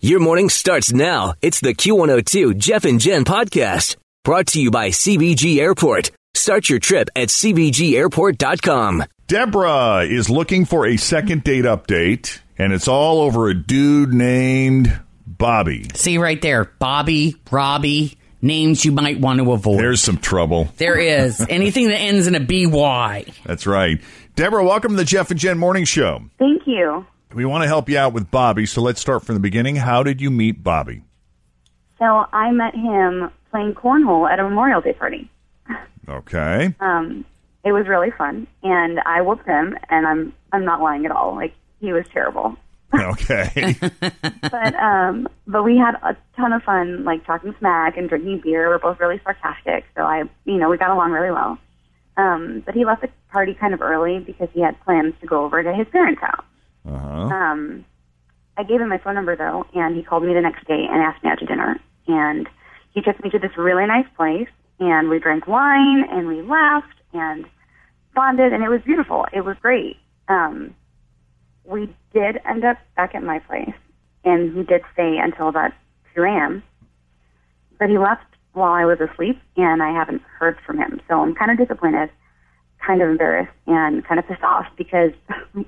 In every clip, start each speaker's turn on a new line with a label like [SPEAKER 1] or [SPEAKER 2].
[SPEAKER 1] Your morning starts now. It's the Q102 Jeff and Jen podcast brought to you by CBG Airport. Start your trip at CBGAirport.com.
[SPEAKER 2] Deborah is looking for a second date update, and it's all over a dude named Bobby.
[SPEAKER 3] See right there, Bobby, Robbie, names you might want to avoid.
[SPEAKER 2] There's some trouble.
[SPEAKER 3] there is anything that ends in a BY.
[SPEAKER 2] That's right. Deborah, welcome to the Jeff and Jen Morning Show.
[SPEAKER 4] Thank you.
[SPEAKER 2] We want to help you out with Bobby, so let's start from the beginning. How did you meet Bobby?
[SPEAKER 4] So I met him playing cornhole at a Memorial Day party.
[SPEAKER 2] Okay.
[SPEAKER 4] Um, it was really fun, and I whooped him, and I'm I'm not lying at all. Like he was terrible,
[SPEAKER 2] Okay.
[SPEAKER 4] but um, but we had a ton of fun, like talking smack and drinking beer. We're both really sarcastic, so I you know we got along really well. Um, but he left the party kind of early because he had plans to go over to his parents' house.
[SPEAKER 2] Uh-huh.
[SPEAKER 4] Um, I gave him my phone number though, and he called me the next day and asked me out to dinner. And he took me to this really nice place, and we drank wine and we laughed and bonded, and it was beautiful. It was great. Um, we did end up back at my place, and he did stay until about 2 a.m. But he left while I was asleep, and I haven't heard from him. So I'm kind of disappointed, kind of embarrassed, and kind of pissed off because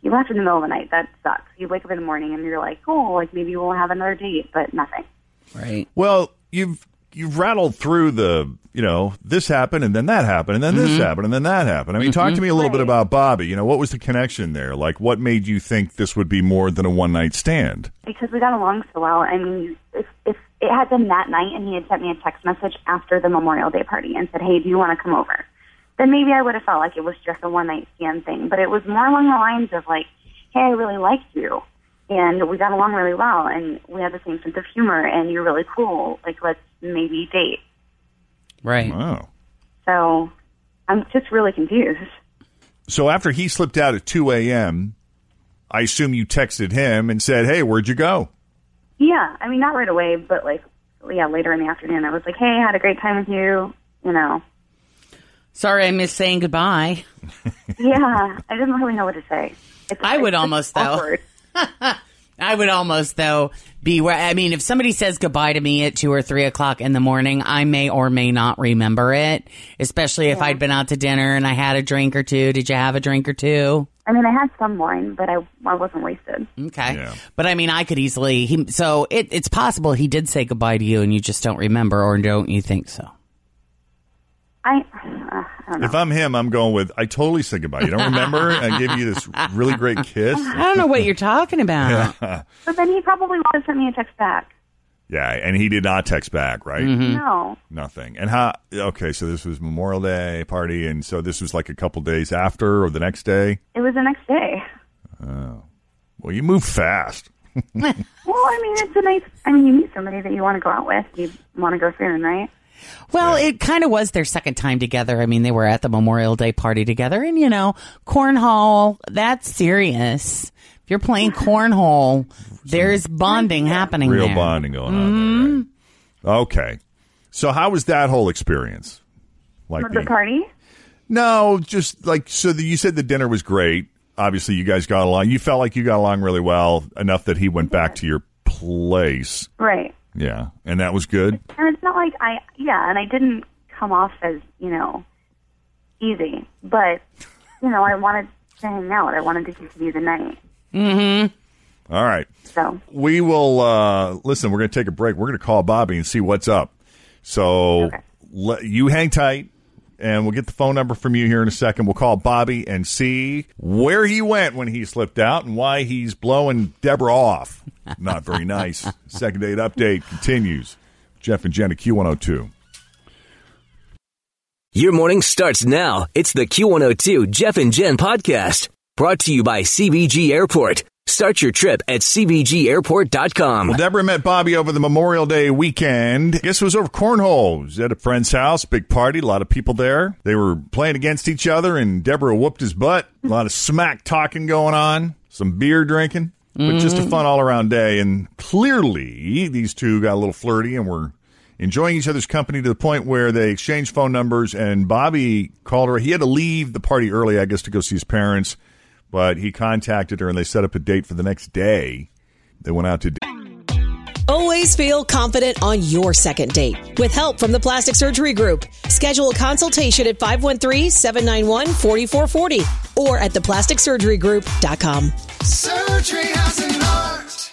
[SPEAKER 4] you left in the middle of the night. That sucks. You wake up in the morning and you're like, oh, like maybe we'll have another date, but nothing.
[SPEAKER 3] Right.
[SPEAKER 2] Well, you've you've rattled through the, you know, this happened and then that happened and then this happened and then that happened. I mean, talk to me a little bit about Bobby. You know, what was the connection there? Like what made you think this would be more than a one-night stand?
[SPEAKER 4] Because we got along so well. I mean, if, if it had been that night and he had sent me a text message after the Memorial Day party and said, hey, do you want to come over? Then maybe I would have felt like it was just a one night stand thing. But it was more along the lines of like, hey, I really liked you. And we got along really well and we had the same sense of humor and you're really cool. Like, let's maybe date.
[SPEAKER 3] Right.
[SPEAKER 2] Wow.
[SPEAKER 4] So I'm just really confused.
[SPEAKER 2] So after he slipped out at 2 a.m., I assume you texted him and said, "Hey, where'd you go?"
[SPEAKER 4] Yeah, I mean, not right away, but like, yeah, later in the afternoon, I was like, hey, I had a great time with you, you know.
[SPEAKER 3] Sorry, I missed saying goodbye.
[SPEAKER 4] Yeah, I didn't really know what to say. It's,
[SPEAKER 3] I would
[SPEAKER 4] it's
[SPEAKER 3] almost, though.
[SPEAKER 4] awkward.
[SPEAKER 3] I would almost though be where I mean, if somebody says goodbye to me at two or three o'clock in the morning, I may or may not remember it. Especially if I'd been out to dinner and I had a drink or two. Did you have a drink or two?
[SPEAKER 4] I mean, I had some wine, but I I wasn't wasted.
[SPEAKER 3] Okay.
[SPEAKER 2] Yeah.
[SPEAKER 3] But I mean, I could easily. He, so it, it's possible he did say goodbye to you and you just don't remember, or don't you think so?
[SPEAKER 4] I, uh, I don't know.
[SPEAKER 2] If I'm him, I'm going with I totally said goodbye. You don't remember? I gave you this really great kiss.
[SPEAKER 3] I don't know what you're talking about.
[SPEAKER 4] But then he probably would have sent me a text back.
[SPEAKER 2] Yeah, and he did not text back, right?
[SPEAKER 4] Mm-hmm.
[SPEAKER 3] Hmm.
[SPEAKER 4] No,
[SPEAKER 2] Nothing. And how? Okay, so this was Memorial Day party, and so this was like a couple days after or the next day.
[SPEAKER 4] it was the next day.
[SPEAKER 2] Well, you move fast.
[SPEAKER 4] Well, I mean, it's a nice. I mean, you meet somebody that you want to go out with. You want to go soon, right?
[SPEAKER 3] Well, it kind of was their second time together. I mean, they were at the Memorial Day party together, and you know, cornhole, that's serious. If you're playing cornhole, there's bonding happening
[SPEAKER 2] Real
[SPEAKER 3] there.
[SPEAKER 2] bonding going on. There, right? Okay, so how was that whole experience? Like
[SPEAKER 4] The party.
[SPEAKER 2] no, just like so. The, you said the dinner was great. Obviously, you guys got along. You felt like you got along really well enough that he went back to your place.
[SPEAKER 4] Right.
[SPEAKER 2] Yeah, and that was good.
[SPEAKER 4] And it's not like I, yeah, and I didn't come off as, you know, easy, but, you know, I wanted to hang out. I wanted to continue the night.
[SPEAKER 2] All right.
[SPEAKER 4] So
[SPEAKER 2] We will uh, listen. We're going to take a break. We're going to call Bobby and see what's up. So let, you hang tight, and we'll get the phone number from you here in a second. We'll call Bobby and see where he went when he slipped out and why he's blowing Deborah off. Not very nice. second date update continues. Jeff and Jenna Q102.
[SPEAKER 1] Your morning starts now. It's the Q102 Jeff and Jen podcast brought to you by CBG Airport. Start your trip at CBGAirport.com.
[SPEAKER 2] Well, Deborah met Bobby over the Memorial Day weekend. I guess it was over cornhole. It was at a friend's house, big party, a lot of people there. They were playing against each other, and Deborah whooped his butt. A lot of smack talking going on, some beer drinking, but just a fun all around day. And clearly, these two got a little flirty and were enjoying each other's company to the point where they exchanged phone numbers. And Bobby called her. He had to leave the party early, I guess, to go see his parents. But he contacted her, and they set up a date for the next day. They went out to
[SPEAKER 5] Always feel confident on your second date. With help from the Plastic Surgery Group, schedule a consultation at 513-791-4440 or at theplasticsurgerygroup.com.
[SPEAKER 6] Surgery has an art.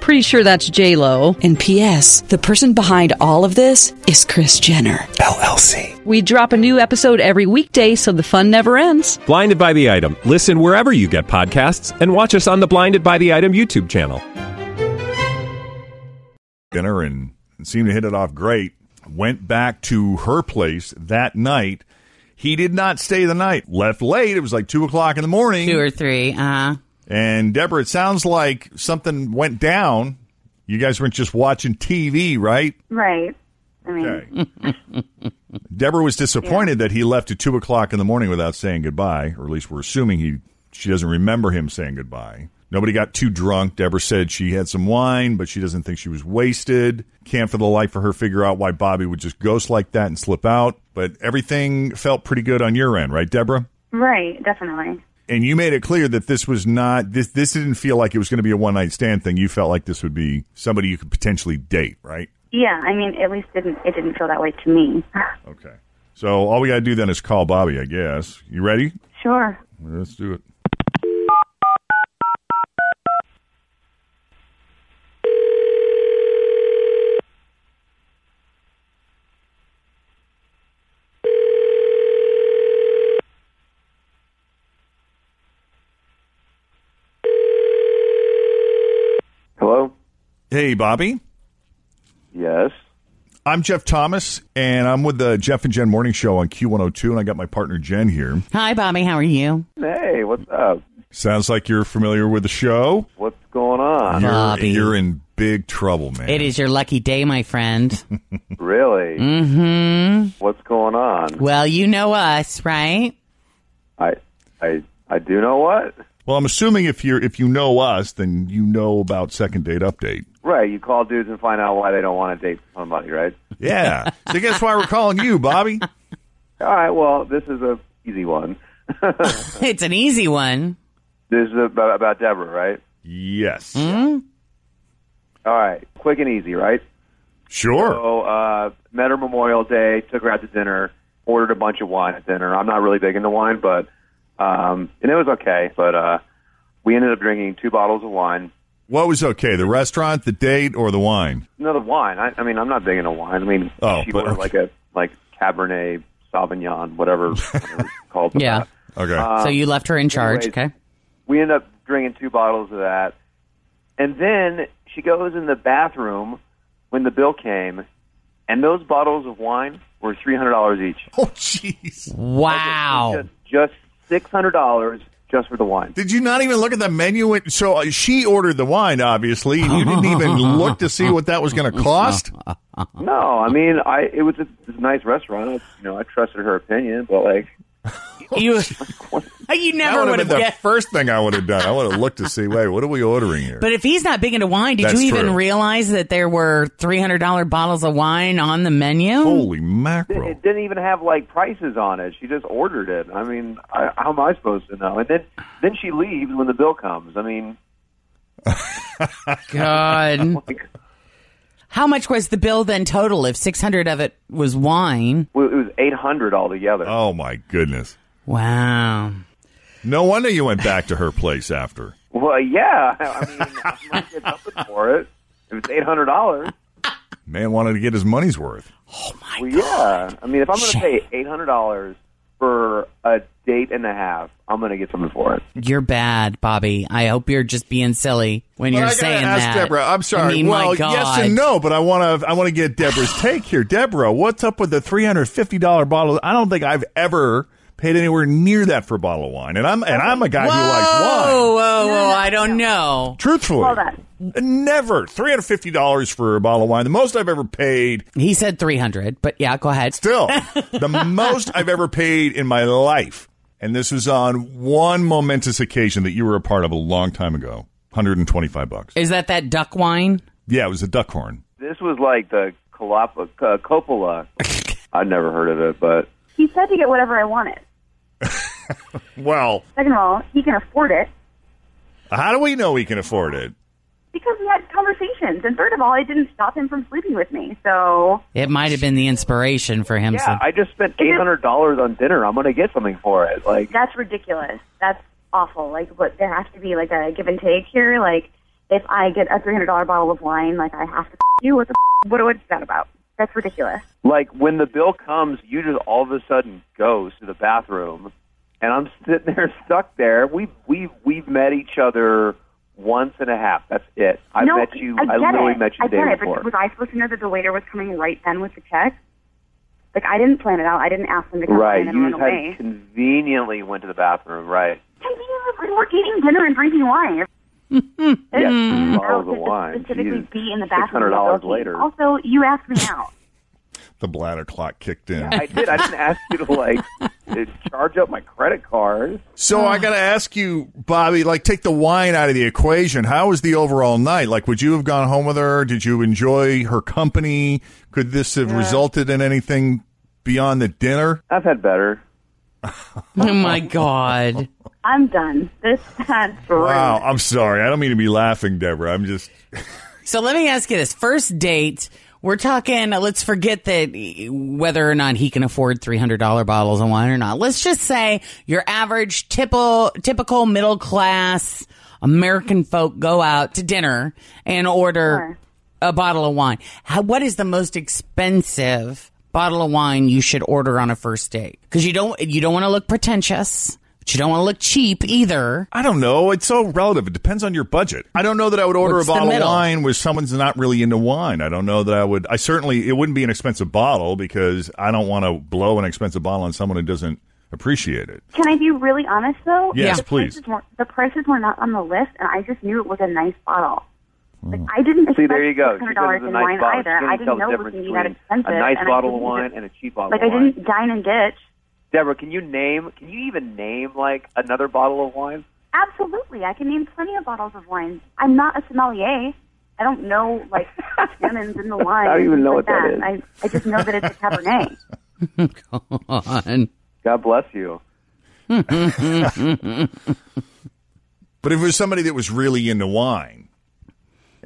[SPEAKER 3] Pretty sure that's J Lo.
[SPEAKER 5] And PS, the person behind all of this is Chris Jenner.
[SPEAKER 7] LLC.
[SPEAKER 3] We drop a new episode every weekday, so the fun never ends.
[SPEAKER 7] Blinded by the item. Listen wherever you get podcasts, and watch us on the Blinded by the Item YouTube channel.
[SPEAKER 2] dinner and seemed to hit it off great. Went back to her place that night. He did not stay the night. Left late. It was like two o'clock in the morning.
[SPEAKER 8] Two or three. Uh,
[SPEAKER 2] And Deborah, it sounds like something went down. You guys weren't just watching TV, right?
[SPEAKER 4] right. I mean,
[SPEAKER 2] Okay. Deborah was disappointed that he left at two o'clock in the morning without saying goodbye, or at least we're assuming he she doesn't remember him saying goodbye. Nobody got too drunk. Deborah said she had some wine, but she doesn't think she was wasted. Can't for the life of her figure out why Bobby would just ghost like that and slip out. But everything felt pretty good on your end, right, Deborah?
[SPEAKER 4] right, definitely.
[SPEAKER 2] And you made it clear that this was not this this didn't feel like it was going to be a one night stand thing. You felt like this would be somebody you could potentially date, right?
[SPEAKER 4] Yeah, I mean, at least didn't it didn't feel that way to me.
[SPEAKER 2] Okay. So all we got to do then is call Bobby, I guess. You ready?
[SPEAKER 4] sure.
[SPEAKER 2] Let's do it.
[SPEAKER 9] Hello?
[SPEAKER 2] Hey, Bobby.
[SPEAKER 9] Yes.
[SPEAKER 2] I'm Jeff Thomas, and I'm with the Jeff and Jen Morning Show on Q102, and I got my partner Jen here.
[SPEAKER 8] hi, Bobby. How are you?
[SPEAKER 9] Hey, what's up?
[SPEAKER 2] Sounds like you're familiar with the show.
[SPEAKER 9] What's going on?
[SPEAKER 2] You're,
[SPEAKER 8] Bobby.
[SPEAKER 2] you're in big trouble, man.
[SPEAKER 8] Uh-huh. It is your lucky day, my friend.
[SPEAKER 9] really?
[SPEAKER 8] hmm
[SPEAKER 9] What's going on?
[SPEAKER 8] Well, you know us, right?
[SPEAKER 9] I I I do know what?
[SPEAKER 2] Well, I'm assuming if you're if you know us, then you know about second date update.
[SPEAKER 9] Right, you call dudes and find out why they don't want to date somebody, right?
[SPEAKER 2] Yeah. so guess why we're calling you, Bobby?
[SPEAKER 9] All right, well, this is a easy one.
[SPEAKER 8] It's an easy one.
[SPEAKER 9] This is about, about Deborah, right?
[SPEAKER 2] Yes.
[SPEAKER 8] Hmm?
[SPEAKER 9] All right, quick and easy, right?
[SPEAKER 2] Sure.
[SPEAKER 9] So, uh, met her Memorial Day, took her out to dinner, ordered a bunch of wine at dinner. I'm not really big into wine, but, um, and it was okay, but, uh, we ended up drinking two bottles of wine.
[SPEAKER 2] What was okay? The restaurant, the date, or the wine?
[SPEAKER 9] No, the wine. I, I mean, I'm not big into wine. I mean,
[SPEAKER 2] Oh,
[SPEAKER 9] she
[SPEAKER 2] but-
[SPEAKER 9] ordered like a like Cabernet Sauvignon, whatever it's called.
[SPEAKER 8] Yeah.
[SPEAKER 2] Okay.
[SPEAKER 8] so you left her in charge,
[SPEAKER 9] anyways.
[SPEAKER 8] okay?
[SPEAKER 9] We end up drinking two bottles of that, and then she goes in the bathroom when the bill came, and those bottles of wine were three hundred dollars each.
[SPEAKER 2] oh, jeez.
[SPEAKER 8] Wow.
[SPEAKER 9] Just, just six hundred dollars just for the wine.
[SPEAKER 2] Did you not even look at the menu? So uh, she ordered the wine, obviously. and You didn't even look to see what that was going to cost.
[SPEAKER 9] No, I mean, I it was a, it was a nice restaurant. I, you know, I trusted her opinion, but like,
[SPEAKER 8] You, you
[SPEAKER 2] that
[SPEAKER 8] never
[SPEAKER 2] would
[SPEAKER 8] would have
[SPEAKER 2] have been the
[SPEAKER 8] guessed.
[SPEAKER 2] first thing I would have done. I would have looked to see, wait, what are we ordering here?
[SPEAKER 8] But if he's not big into wine, did
[SPEAKER 2] That's
[SPEAKER 8] you even
[SPEAKER 2] true.
[SPEAKER 8] realize that there were three hundred dollar bottles of wine on the menu?
[SPEAKER 2] Holy mackerel!
[SPEAKER 9] It didn't even have like prices on it. She just ordered it. I mean, I, how am I supposed to know? And then then she leaves when the bill comes. I mean,
[SPEAKER 8] God.
[SPEAKER 9] like,
[SPEAKER 8] How much was the bill then total? If six hundred of it was wine,
[SPEAKER 9] well, it was eight hundred altogether.
[SPEAKER 2] Oh my goodness!
[SPEAKER 8] Wow.
[SPEAKER 2] No wonder you went back to her place after.
[SPEAKER 9] Well, yeah. I mean, I might get something for it. If it's eight hundred dollars,
[SPEAKER 2] Man wanted to get his money's worth.
[SPEAKER 9] well, yeah. I mean, if I'm going to pay eight hundred dollars for a date and a half, I'm going to get something for it.
[SPEAKER 8] you're bad, Bobby. I hope you're just being silly when
[SPEAKER 2] But
[SPEAKER 8] you're
[SPEAKER 2] I gotta
[SPEAKER 8] saying
[SPEAKER 2] ask
[SPEAKER 8] that.
[SPEAKER 2] Deborah. I'm sorry.
[SPEAKER 8] I mean,
[SPEAKER 2] well,
[SPEAKER 8] my God.
[SPEAKER 2] yes and no, but I want to. I want to get Deborah's take here. Deborah, what's up with the three hundred fifty dollar bottle? I don't think I've ever paid anywhere near that for a bottle of wine, and I'm and I'm a guy
[SPEAKER 8] Whoa,
[SPEAKER 2] who likes wine.
[SPEAKER 8] whoa, whoa! I don't know.
[SPEAKER 2] Truthfully,
[SPEAKER 4] Hold on.
[SPEAKER 2] never three hundred fifty dollars for a bottle of wine. The most I've ever paid.
[SPEAKER 8] He said three hundred, but yeah, go ahead.
[SPEAKER 2] Still, the most I've ever paid in my life, and this was on one momentous occasion that you were a part of a long time ago. Hundred and twenty five bucks.
[SPEAKER 8] Is that that duck wine?
[SPEAKER 2] Yeah, it was a duck horn.
[SPEAKER 9] This was like the Calapa, uh, Coppola. I'd never heard of it, but
[SPEAKER 4] He said to get whatever I wanted.
[SPEAKER 2] Well,
[SPEAKER 4] Second of all, he can afford it
[SPEAKER 2] how do we know we can afford it?
[SPEAKER 4] because we had conversations. And third of all, it didn't stop him from sleeping with me. So
[SPEAKER 8] It might have been the inspiration for him.
[SPEAKER 9] yeah, I just spent eight hundred dollars on dinner. I'm going to get something for it. Like,
[SPEAKER 4] that's ridiculous. That's awful. Like, but there has to be like a give and take here. Like, if I get a three hundred dollar bottle of wine, like I have to you. What the what? What's that about? That's ridiculous.
[SPEAKER 9] like when the bill comes, you just all of a sudden goes to the bathroom, and I'm sitting there stuck there. We we we've met each other once and a half. That's it. I
[SPEAKER 4] no,
[SPEAKER 9] met you.
[SPEAKER 4] I, get
[SPEAKER 9] literally
[SPEAKER 4] it.
[SPEAKER 9] met you
[SPEAKER 4] I
[SPEAKER 9] the
[SPEAKER 4] get
[SPEAKER 9] day
[SPEAKER 4] it,
[SPEAKER 9] before.
[SPEAKER 4] But was I supposed to know that the waiter was coming right then with the check? Like, I didn't plan it out. I didn't ask them to come
[SPEAKER 9] right,
[SPEAKER 4] in eh? and
[SPEAKER 9] you
[SPEAKER 4] run
[SPEAKER 9] just had
[SPEAKER 4] away.
[SPEAKER 9] conveniently went to the bathroom. Right.
[SPEAKER 4] Conveniently, We're eating dinner and drinking wine.
[SPEAKER 9] Yes,
[SPEAKER 4] Mm.
[SPEAKER 9] bottles of
[SPEAKER 4] to
[SPEAKER 9] wine.
[SPEAKER 4] Specifically,
[SPEAKER 9] Jesus.
[SPEAKER 4] be in the bathroom.
[SPEAKER 9] $600
[SPEAKER 4] Okay.
[SPEAKER 9] later.
[SPEAKER 4] Also, you asked me out.
[SPEAKER 2] The bladder clock kicked in.
[SPEAKER 9] I did. I didn't ask you to like charge up my credit card.
[SPEAKER 2] So I got to ask you, Bobby, like take the wine out of the equation. How was the overall night? Like, would you have gone home with her? Did you enjoy her company? Could this have resulted in anything beyond the dinner?
[SPEAKER 9] I've had better.
[SPEAKER 8] Oh my God.
[SPEAKER 4] I'm done. This that's rude.
[SPEAKER 2] Wow, I'm sorry. I don't mean to be laughing, Deborah. I'm just
[SPEAKER 8] So let me ask you this: first date, we're talking. Let's forget that whether or not he can afford three hundred dollar bottles of wine or not. Let's just say your average typical typical middle class American folk go out to dinner and order a bottle of wine. How, what is the most expensive bottle of wine you should order on a first date? Because you don't you don't want to look pretentious, but you don't want to look cheap either.
[SPEAKER 2] I don't know. It's so relative. It depends on your budget. I don't know that I would order
[SPEAKER 8] What's
[SPEAKER 2] a
[SPEAKER 8] the
[SPEAKER 2] bottle of
[SPEAKER 8] middle?
[SPEAKER 2] wine where someone's not really into wine. I don't know that I would. I certainly, it wouldn't be an expensive bottle because I don't want to blow an expensive bottle on someone who doesn't appreciate it.
[SPEAKER 4] Can I be really honest though?
[SPEAKER 2] Yes,
[SPEAKER 4] the
[SPEAKER 2] please.
[SPEAKER 4] Prices were, the prices were not on the list, and I just knew it was a nice bottle. Like,
[SPEAKER 2] Oh.
[SPEAKER 4] I didn't
[SPEAKER 9] See,
[SPEAKER 4] expect
[SPEAKER 9] there you go. She
[SPEAKER 4] $600
[SPEAKER 9] said it was
[SPEAKER 4] in
[SPEAKER 9] a nice
[SPEAKER 4] wine
[SPEAKER 9] bottle.
[SPEAKER 4] either.
[SPEAKER 9] She
[SPEAKER 4] I didn't
[SPEAKER 9] couldn't tell
[SPEAKER 4] know
[SPEAKER 9] the
[SPEAKER 4] it was going
[SPEAKER 9] difference
[SPEAKER 4] to be that
[SPEAKER 9] between
[SPEAKER 4] expensive.
[SPEAKER 9] a nice
[SPEAKER 4] and I
[SPEAKER 9] bottle of
[SPEAKER 4] didn't
[SPEAKER 9] wine
[SPEAKER 4] even-
[SPEAKER 9] and a cheap bottle
[SPEAKER 4] Like
[SPEAKER 9] of
[SPEAKER 4] I
[SPEAKER 9] wine.
[SPEAKER 4] didn't dine and ditch.
[SPEAKER 9] Deborah, can you name? Can you even name like another bottle of wine?
[SPEAKER 4] Absolutely, I can name plenty of bottles of wine. I'm not a sommelier. I don't know like tannins in the wine.
[SPEAKER 9] I don't even know
[SPEAKER 4] like
[SPEAKER 9] what that is.
[SPEAKER 4] I, I just know that it's a
[SPEAKER 8] On
[SPEAKER 4] Cabernet.
[SPEAKER 9] God bless you.
[SPEAKER 2] But if it was somebody that was really into wine,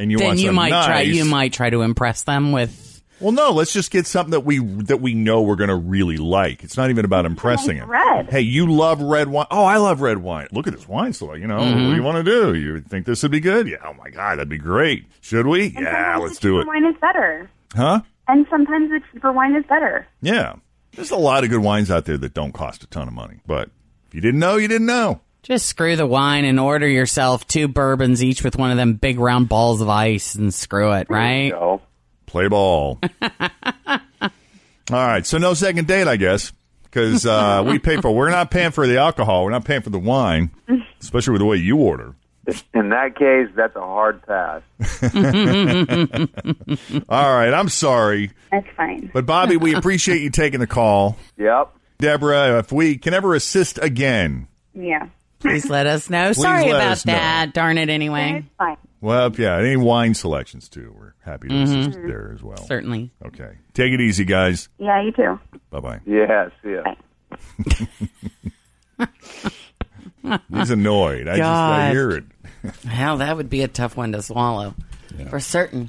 [SPEAKER 2] and you
[SPEAKER 8] then
[SPEAKER 2] want
[SPEAKER 8] you
[SPEAKER 2] something
[SPEAKER 8] might
[SPEAKER 2] nice,
[SPEAKER 8] try you might try to impress them with
[SPEAKER 2] Well, no, let's just get something that we that we know we're going to really like. It's not even about impressing
[SPEAKER 4] like
[SPEAKER 2] him.
[SPEAKER 4] red.
[SPEAKER 2] Hey, you love red wine. Oh, I love red wine. Look at this wine select. You know, what do
[SPEAKER 4] Mm-hmm.
[SPEAKER 2] you want to do? You think this would be good? Yeah. Oh my God, that'd be great. Should we?
[SPEAKER 4] And
[SPEAKER 2] yeah,
[SPEAKER 4] sometimes
[SPEAKER 2] let's
[SPEAKER 4] the cheaper
[SPEAKER 2] do it.
[SPEAKER 4] Wine is better,
[SPEAKER 2] Huh?
[SPEAKER 4] and sometimes the cheaper wine is better.
[SPEAKER 2] Yeah. There's a lot of good wines out there that don't cost a ton of money. But if you didn't know, you didn't know.
[SPEAKER 8] Just screw the wine and order yourself two bourbons each with one of them big round balls of ice and screw it, right?
[SPEAKER 9] So,
[SPEAKER 2] Play ball. All right. So no second date, I guess, because uh, we pay for. We're not paying for the alcohol. We're not paying for the wine, especially with the way you order.
[SPEAKER 9] in that case, that's a hard pass.
[SPEAKER 2] All right. I'm sorry,
[SPEAKER 4] That's fine.
[SPEAKER 2] but Bobby, we appreciate you taking the call.
[SPEAKER 9] Yep.
[SPEAKER 2] Deborah, if we can ever assist again.
[SPEAKER 4] Yeah.
[SPEAKER 8] Please let us know.
[SPEAKER 2] Please
[SPEAKER 8] Sorry
[SPEAKER 2] let
[SPEAKER 8] about
[SPEAKER 2] us know.
[SPEAKER 8] that. Darn it anyway.
[SPEAKER 2] Well, yeah, any wine selections too. We're happy to
[SPEAKER 8] Mhm.
[SPEAKER 2] assist there as well.
[SPEAKER 8] Certainly.
[SPEAKER 2] Okay. Take it easy, guys.
[SPEAKER 4] Yeah, you too.
[SPEAKER 2] Bye bye.
[SPEAKER 9] Yeah, see ya.
[SPEAKER 2] He's annoyed. I just I
[SPEAKER 8] God.
[SPEAKER 2] hear it.
[SPEAKER 8] Hell, that would be a tough one to swallow for certain.